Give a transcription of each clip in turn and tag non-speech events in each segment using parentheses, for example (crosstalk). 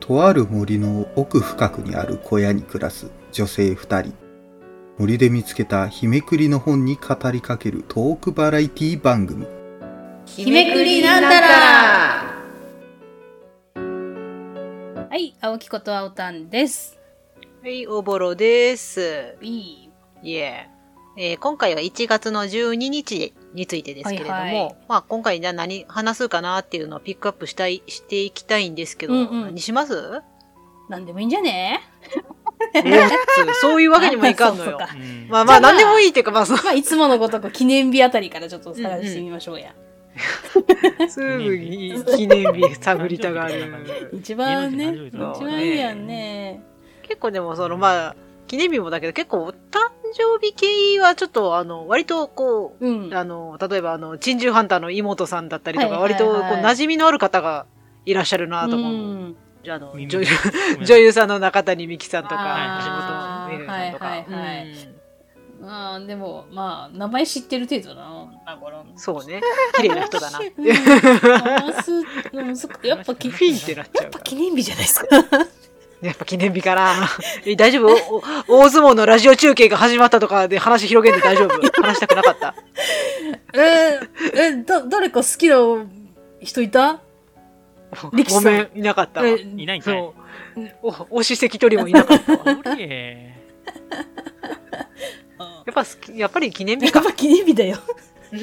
とある森の奥深くにある小屋に暮らす女性2人森で見つけた日めくりの本に語りかけるトークバラエティ番組日めくりなんたらはい、青木こと青たんです。はい、おぼろです。いい。いえ。えー今回は1月の12日についてですけれども、はいはいまあ今回じゃあ何話すかなっていうのをピックアップしたい、していきたいんですけど、うんうん何します (laughs) なんでもいいんじゃねおつそういうわけにもいかんのよそう。かまあまあじゃあ何でもいいっていうか、まあそう、まあ、いつものごとく記念日あたりからちょっと探してみましょうや。すぐに記念日探りたがうん (laughs) る。一番ね、記念日一誕生そ日うね番いいやんね。結構でもそのまあ、記念日もだけど結構お誕生日系はちょっとあの、割とこう、うん。あの、例えばあの、珍獣ハンターの妹さんだったりとか、はいはいはい割とこう、馴染みのある方がいらっしゃるなと思う。うんじゃあ、あの、耳女優、ごめん女優さんの中谷美紀さんとかあ、ー橋本美恵さんとはいかはいはうい。んまあ、でも、まあ、名前知ってる程度だな、ナゴロン。そうね。綺麗な人 (laughs) だな。うん。話すの難しいや (laughs) っぱ、きフィンってなっちゃうやかっぱら記念日じゃないですか。やっぱ記念日かな。え大丈夫おお大相撲のラジオ中継が始まったとかで話広げんで大丈夫話したくなかった。え、え、だ、誰か好きな人いた (laughs) 力士ごさんめん、いなかったわ。えいないんかい。そう。お推し関取もいな (laughs) かったわ。やおりえあっぱ好き、やっぱり記念日やかっ。ぱ記念日だよ。 (laughs) ま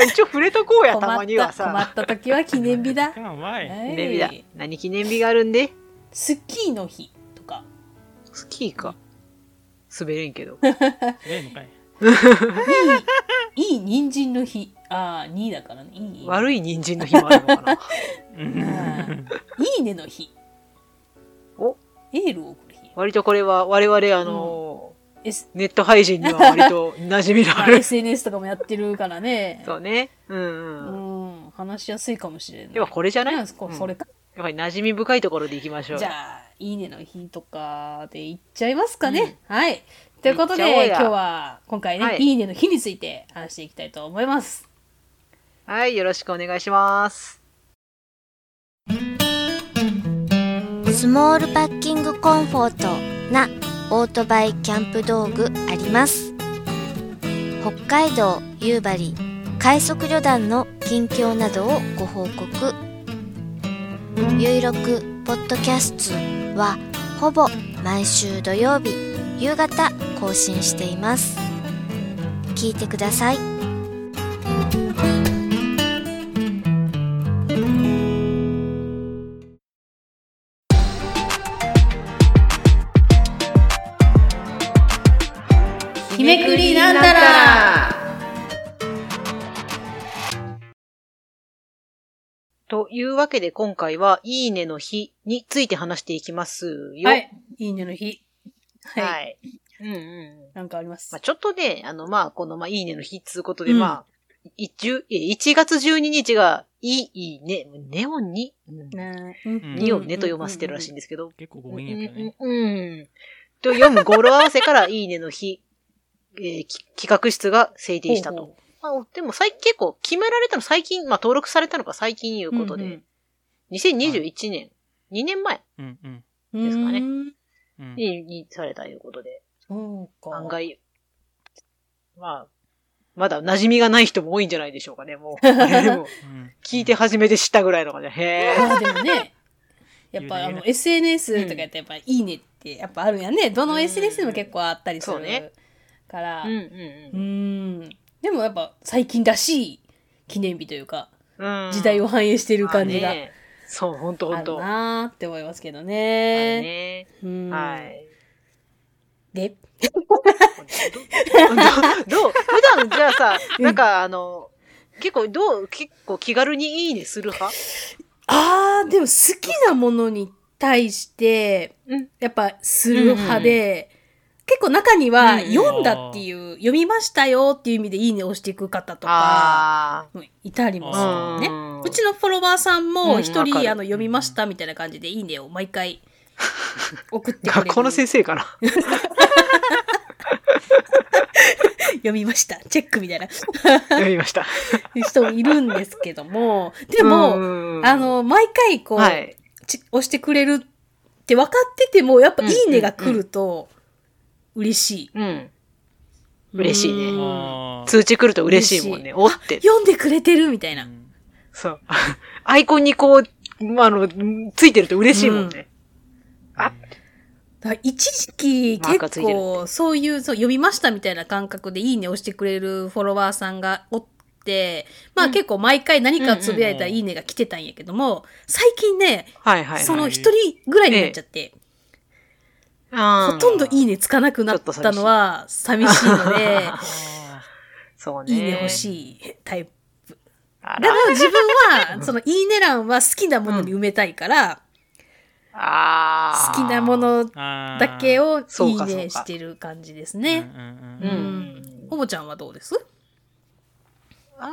あ一応触れとこうや、たまには困さ。った時は記念日だ。かんわい。記念日はだい。何記念日があるんでスキーの日と (laughs) か。スキーか。滑れんけど。ねえのかい。 (laughs) いい、いい人参の日。ああ、2だからね。いい。悪い人参の日もあるの (laughs) かな。うんいいねの日。おエールを送る日。割とこれは、我々、あの S ー、ネット配信には割と馴染みのまあ (laughs) あ、る。 SNS とかもやってるからね。そうね。うんううん。ん。話しやすいかもしれない。ではこれじゃないなやんっすかそれか。ぱり馴染み深いところでいきましょう。じゃあ、いいねの日とかでいっちゃいますかね。はい。ということいっちゃおうで、や今日は、今回ね、はいい、いねの日について話していきたいと思います。はい、よろしくお願いします。スモールパッキングコンフォートなオートバイキャンプ道具あります北海道夕張快速旅団の近況などをご報告「ゆいろくポッドキャスト」はほぼ毎週土曜日夕方更新しています聞いてください日めくりなんたらというわけで今回は、いいねの日について話していきますよ。は。い。いいねの日。はい。はい。うんうん。なんかあります。まあ、ちょっとね、あの、まあ、この、まあ、いいねの日っつうことで、うんまあ、い10え1月12日が、いいいいね、ネオンに、うん、ねんにをねと読ませてるらしいんですけど、結構うん、強う引やけどねん。、うんと読む語呂合わせから、いいねの日、えーき企画室が制定したと。ほうほまあ、でも、最近結構、決められたの最近、まあ、登録されたのが最近いうことで、うん2021年、2年前うんうんうんですかねうーんうん。ににされたいうことで、そうか。案外、まあ、まだ馴染みがない人も多いんじゃないでしょうかね、もう。 (laughs) あれでもうん聞いて初めて知ったぐらいの感じで。へまあでも (laughs) ね、やっ言うねぱあ言うのね SNS とかやったらやっぱいいねってやっぱあるやんね。どうのん SNS でも結構あったりすそうねるから。ぇうー。ーん。でもやっぱ最近らしい記念日というか、うん時代をを反映してる感じが。そう、ほんとほあんると。なーって思いますけどあね。るねうんはい。で、どどう普段じゃあさ、なんかあの、結構どう、結構気軽にいいねする派あー、でも好きなものに対して、うんやっぱする派で、結構中にうんはうん読んだっていう、読みましたよっていう意味でいいねを押していく方とか、いたりもするあのー。ね。んうちのフォロワーさんうもん一わか人、るあの読みましたみたいな感じでいいねを毎回送ってくれる (laughs) 学校の先生かな。読みましたチェックみたいな読みました。人もいるんですけどもでも、うんあ、の毎回こう、はい。ち押してくれるって分かってても、やっぱういんうんうんいねが来ると、嬉しい。うん。嬉しいねうんあー通知来ると嬉しいもんね。おって。読んでくれてるみたいな。そう。 (laughs) アイコンにこう、あの、ついてると嬉しいもんね。だから一時期マークがつ結いてる構そういうそう読みましたみたいな感覚でいいね押してくれるフォロワーさんがおって、まあうん結構毎回何かつぶやいたらうんうんうんいいねが来てたんやけども、最近ね、はいはいはい。その一人ぐらいになっちゃって、ほほとんどいいねつかなくなったのは寂しいので、 (laughs) あそうね。いいね欲しいタイプ。あだらから自分は、そのいいね欄は好きなものに埋めたいから、あ好ーきなものーあーだけをいそういかそうかねしてる感じですうんうね。んううんん。おぼちゃんはどうですあ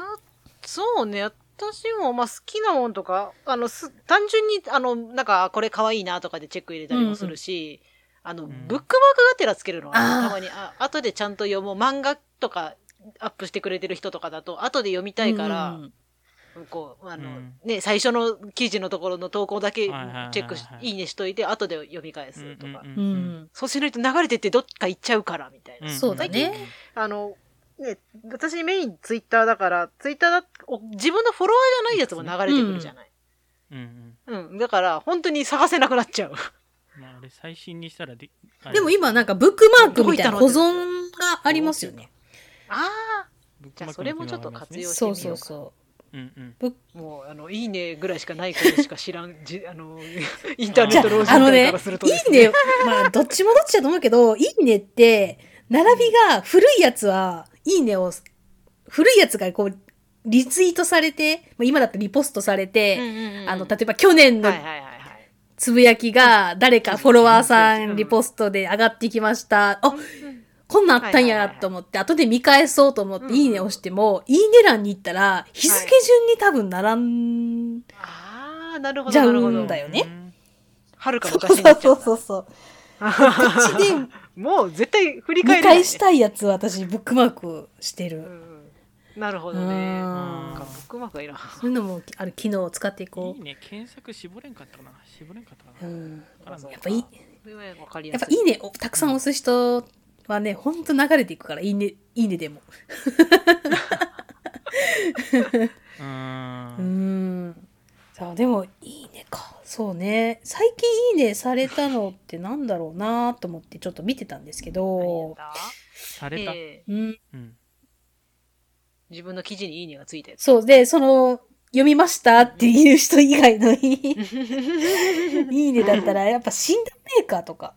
そうね。私も、まあ、好きなもんとか、あの、す、単純に、あの、なんか、これ可愛いなとかでチェック入れたりもするし、あの、んブックマークがてらつけるのはね、あーたまに、あ、後でちゃんと読もう。漫画とか、アップしてくれてる人とかだと、後で読みたいから、うんこう、あの、うんね、最初の記事のところの投稿だけチはいはいはいはいェックし、いいねしといて、後で読み返すとか。うんううんんそうしないと流れてってどっか行っちゃうから、みたいな。んそうだね。あの、ね、私メインツイッターだから、ツイッターだお自分のフォロワーじゃないやつも流れてくるじゃない。うんうんうん、だから、本当に探せなくなっちゃう。まああれ最新にしたらであれでも今なんかブックマークみたいな保存がありますよね。ああ、ブックじゃマあークのそれもちょっと活用してそみよううか。そうそうんうんもう、あの、いいねぐらいしかないことしか知らん、じ (laughs) あ (laughs) の、インターネット老う。人あの会ね、からするとですいいね、まあどっちもどっちだと思うけど、いいねって、並びが古いやつは、いいねを、古いやつがこう、リツイートされて、まあ今だってリポストされうんて、うんうんあの、例えば去年のはいはいはいはい。つぶやきが、誰かフォロワーさんリポストで上がってきました。あ、こんなんあったはんいはいはいやはいと思って、後で見返そうと思っうんうて、んいいね押しても、いいね欄に行ったら、日付順に多分並んああ、なるほじど、ゃなうるほんど。だよね。はるかそう昔になっちゃそううそうう (laughs) そう。な。こっちでもう絶対振り見返れない、ね。返したいやつ私、ブックマークしてうんうる。ん。なるほどうね。んなんかブックマークがいいな。そういうのも、ある機能を使っていいこいね検索絞れんかったかな絞れんかったう。かう。なんわからんなやっぱいい、わかりややっすぱい。いいねをたくさん押す人はね、ほんと流れていくから、いいね、いいねでも。ううーんん。さあ、でも、いいねか。そうね。最近いいねされたのってなんだろうなと思ってちょっと見てたんですけ何やっど、たされたえーうん。うん自分の記事にいいねがついたやつ。そう。で、その、読みましたっていう人以外のいいいいねだったら、やっぱ診断メーカーとか。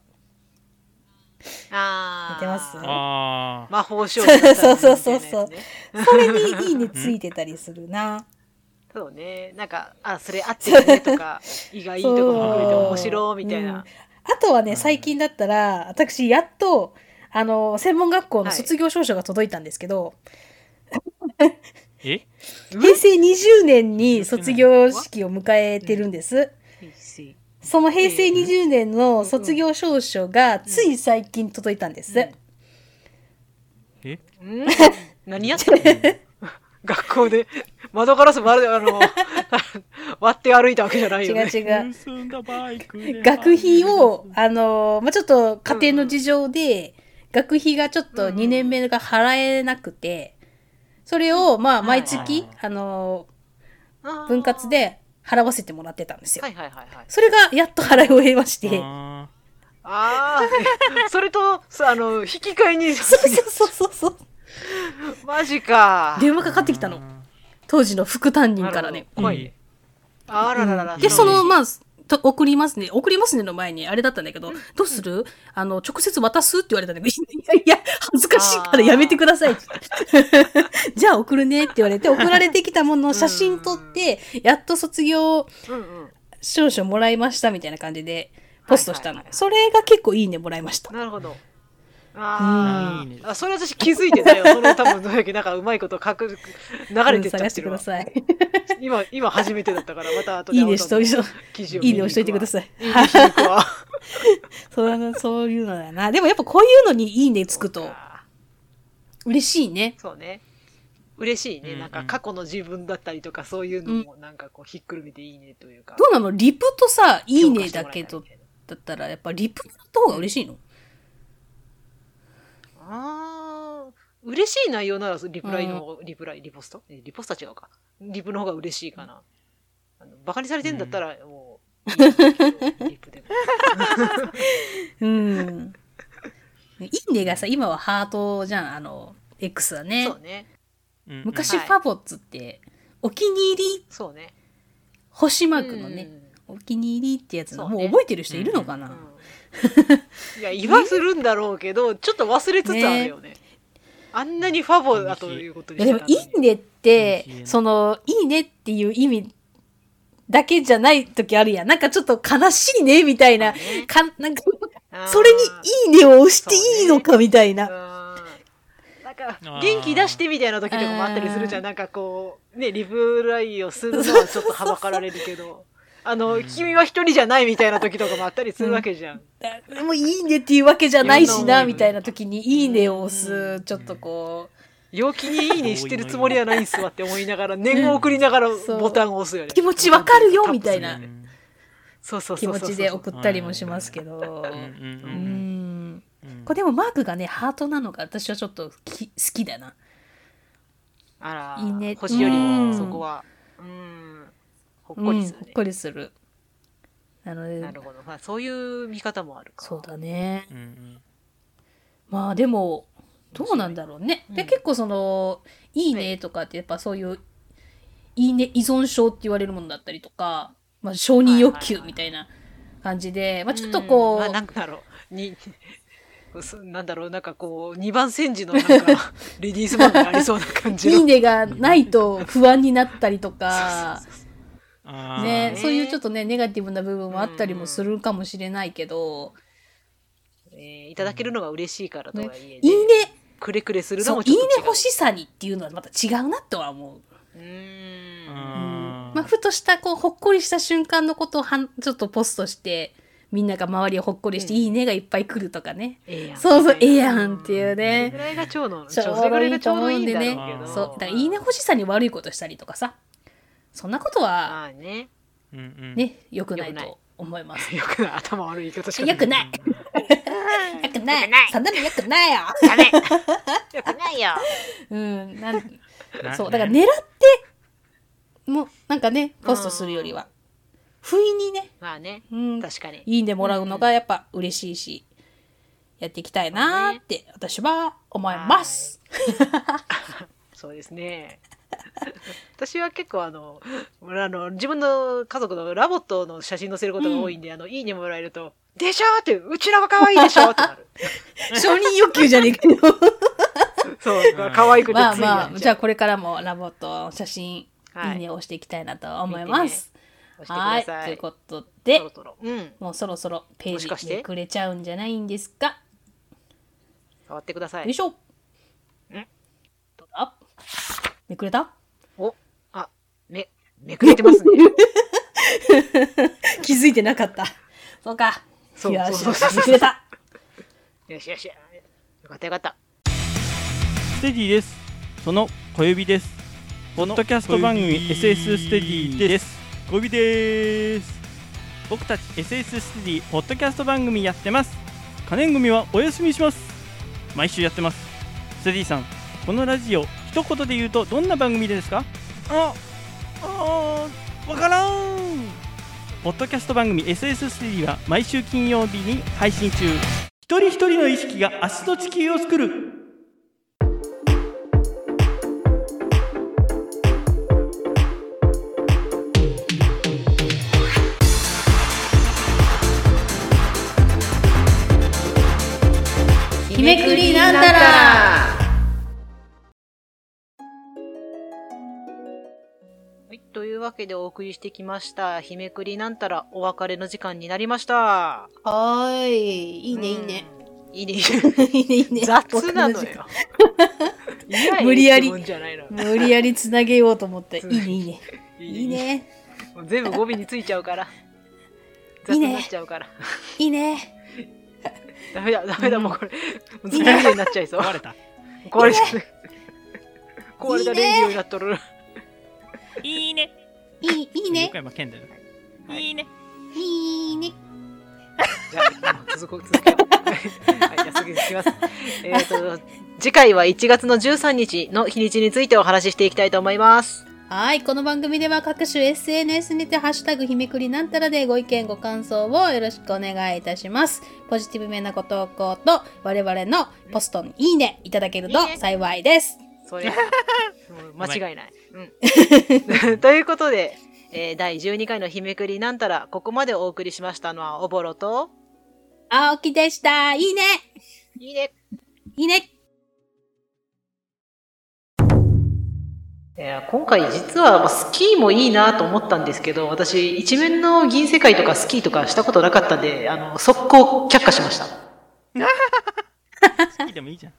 ああ。出てますああ魔法少そうそうそうそうみたいなやつねそれにいいねついてたりするな。そうね。なんか、あ、それ合ってるねとか、意 (laughs) 外いいとこもくれて面白いみたいうんあな。とはうね、ん最近だったら、私、やっと、あの、専門学校のはい卒業証書が届いたんですけど、え平成20年に卒業式を迎えてるんです。その平成うん20年の卒業証書がつい最近届いたんです。えうん何やってん (laughs) の学校で窓ガラス割る、あの、 (laughs) 割って歩いたわけじゃない違うよね。違う。盗んだバイクで学費を、あのーまあ、ちょっと家庭の事情で、学費がちょっとうん2年目が払えなくて、それを、まあ、毎はい月はい、あのあーー分割。で払わせてもらってたんですよは。いはいはいはい。それがやっと払い終えまして、あああ、 (laughs) それと、そうあの、引き換えに、そうそうそうそう。マジか。電話ーかかってきたの。当時の副担任からね。怖いね。あらららら。で、その、あ、まあ、と送りますね。送りますねの前に、あれだったんだけど、どうするあの、直接渡すって言われたんだけど、 (laughs) いやいや、恥ずかしいからやめてくださいって。 (laughs) じゃあ送るねって言われて、送られてきたものを写真撮って、やっと卒業うんうん。証書もらいましたみたいな感じで、ポストしたはのいはいは。いそれが結構いいねもらいました。なるほど。あうんーあ、それ私気づいて (laughs) たよ。その多分、どうやけなんかうまいこと書く、流れてっちゃ探っしてるてくだわ。さい。今、今初めてだったから、また後で。いいねしといて、記事を。いいね押しといてくだい。さい。いいねしに行く (laughs) わ。そうそういうのだな。でもやっぱこういうのにいいねつくと嬉しいね。そうね。嬉しいね、うんうんなんか過去の自分だったりとかそういうのもなんかこうひっくるめていいねというか、どうなのリプとさ、いい評価ねしてだもらえけたりどみ、たいなだったらやっぱリプもらった方が嬉しいのああ、嬉しい内容ならリプライの方が、リプライ、リポストえリポストは違うか。リプの方が嬉しいかな。あのバカにされてんだったら、もう、いいけどリプでも。うん。いいねがさ、今はハートじゃん、あの、X は (laughs) ねそ。うね。うんうん昔はいファボッツって、お気に入り、そうね。星マークのね、お気に入りってやつの、そうもねう覚えてる人いるのかうん。な、うんいや、言わするんだろうけど、ちょっと忘れつつあるよね。あんなにファボだということいにしやてでたもの、にいいねって消えな、いその、いいねっていう意味だけじゃない時あるやん。なんかちょっと悲しいね、みたいな。かなんか、あーそれにいいねを押していいのか、みたいな。うんなんかあー元気出してみたいな時とかもあったりするじゃうんんなんかこうねリプライをするのはちょっとはばかられるけどあの君は一人じゃないみたいな時とかもあったりするわけじゃん、でもいいねっていうわけじゃないしいろんな思な、いみたいな時にいいねを押うす、ちょっとこ陽気にいいねしてるつもりはないんすわって思いながら念を送りながらそうボタンを押すよねう、気持ちわかるよ、みたういんなそうそう気そう持そうちで送ったりもしますけど。うんうんううんん。うんこれでもマークがね、ハートなのが私はちょっとき好きだな。あらいいね星よりうんもそこはうんほっこりすうんるほっね、こりする。なのでな、るほど、まあ、そういう見方もあるかそうだね。うんうんまあでも、どうなんだろうね。うんで、結構その、いいねとかって、やっぱそういう、いいね依存症って言われるものだったりとか、まあ承認欲求みたいな感じで、まあちょっとこう、んまあ、なんだろう。に、 (laughs) そなんだろう、なんかこう、二番煎じの (laughs) なんか、レディースマンがありそうな感じの。いいねがないと不安になったりとか、あーねね、そういうちょっとね、ネガティブな部分もあったりもするかもしれないけど、えーいただけるのが嬉しいからとはいえ、いいね、くれくれするのそうもいちいょねっと違う。欲しさにっていうのはまた違うなとは思う。うーん。あーまあ、ふとした、こう、ほっこりした瞬間のことをはん、ちょっとポストして、みんなが周りをほっこりして、うんいいねがいっぱい来るとかね。ええやん。そうそう、えええやんっていうそれねぐ。らいが超の、ちょうどそれぐらいがちょうどいいんだろういいけとど思うんでねそう、だからいいね欲しさに悪いことしたりとかさ。そんなことは、まあね。 (laughs) うんうんね、良くない良くないと思います。よくない頭悪い言い方しか良くない良くないそんなの良くないよダ (laughs) メよくないよ。うん、なん、なそう、だからね狙って、もう、なんかね、ポストするよりは、不意にね、まあね。うん、確かに。いいねもらうのがやっぱ嬉しいし、やっていきたいなーって私は思います。そうですね。私は結構あの、あの、自分の家族のラボットの写真載せることが多いんで、あの、いいねもらえると、でしょーって、うちらは可愛いでしょーってな (laughs) る。承認欲求じゃね (laughs) えけど。そう、可愛くてついまあやまっあ、ちじゃゃあこれからもラボット写真、いはいいねを押していきたいなと思います。う。は押い、してください。ということそろで、そろ。うん。もうそろそろペーもしかジしめてくれちゃうんじゃないんですか。変わってくださよいい。しょ。どうだめくれたお、あ、め、めくれてますね。 (laughs) 気づいてなかった。そうか。そうよしそうそうそうめくれた。よしよし。よかったよかった。ステディです。その小指です。ポッドキャスト番組 SS ステディです。小指です。僕たち SS ステディポッドキャスト番組やってます。可燃組はお休みします。毎週やってます。ステディさん、このラジオ一言で言うとどんな番組ですか？あ、あー、わからん。ポッドキャスト番組 SS ステディは毎週金曜日に配信中。一人一人の意識が明日の地球を作る。日めくりなんたらはい、というわけでお送りしてきました。日めくりなんたらお別れの時間になりました。はーい。いいね、いいね。 (laughs) うん。いいね、いいね。いいね、いいね。雑なのよ。いや無理やりいいってもんじゃないの僕の時間。無理やりつなげようと思って。いいね、い (laughs) いいね。いい。ね。もう全部語尾についちゃうから。い雑いにねなっちゃうから。いいね。ダメだ、ダメだ、もうこれ。もういずいねっとになっちゃいそう。壊れた。壊れちゃう。壊れたレンジになっとる。いいね。いい、いいね横。山健だよ。はいいいね。いいね。じゃあ、続こう、続 (laughs) こう。はい、じゃあ次行きます。えっ、と、 (laughs) 次回は1月の13日の日にちについてお話ししていきたいと思います。はい。この番組では各種 SNS にて、ハッシュタグひめくりなんたらでご意見、ご感想をよろしくお願いいたします。ポジティブめなご投稿と、我々のポストにいいねいただけると幸いです。それ、もう間違いない。うん。 (laughs) ということで、えー第12回の日めくりなんたら、ここまでお送りしましたのは、おぼろと、青木でした。いいね。いいね。いいね。いや今回実はまあスキーもいいなと思ったんですけど私一面の銀世界とかスキーとかしたことなかったんであの速攻却下しました好きでもいいじゃん。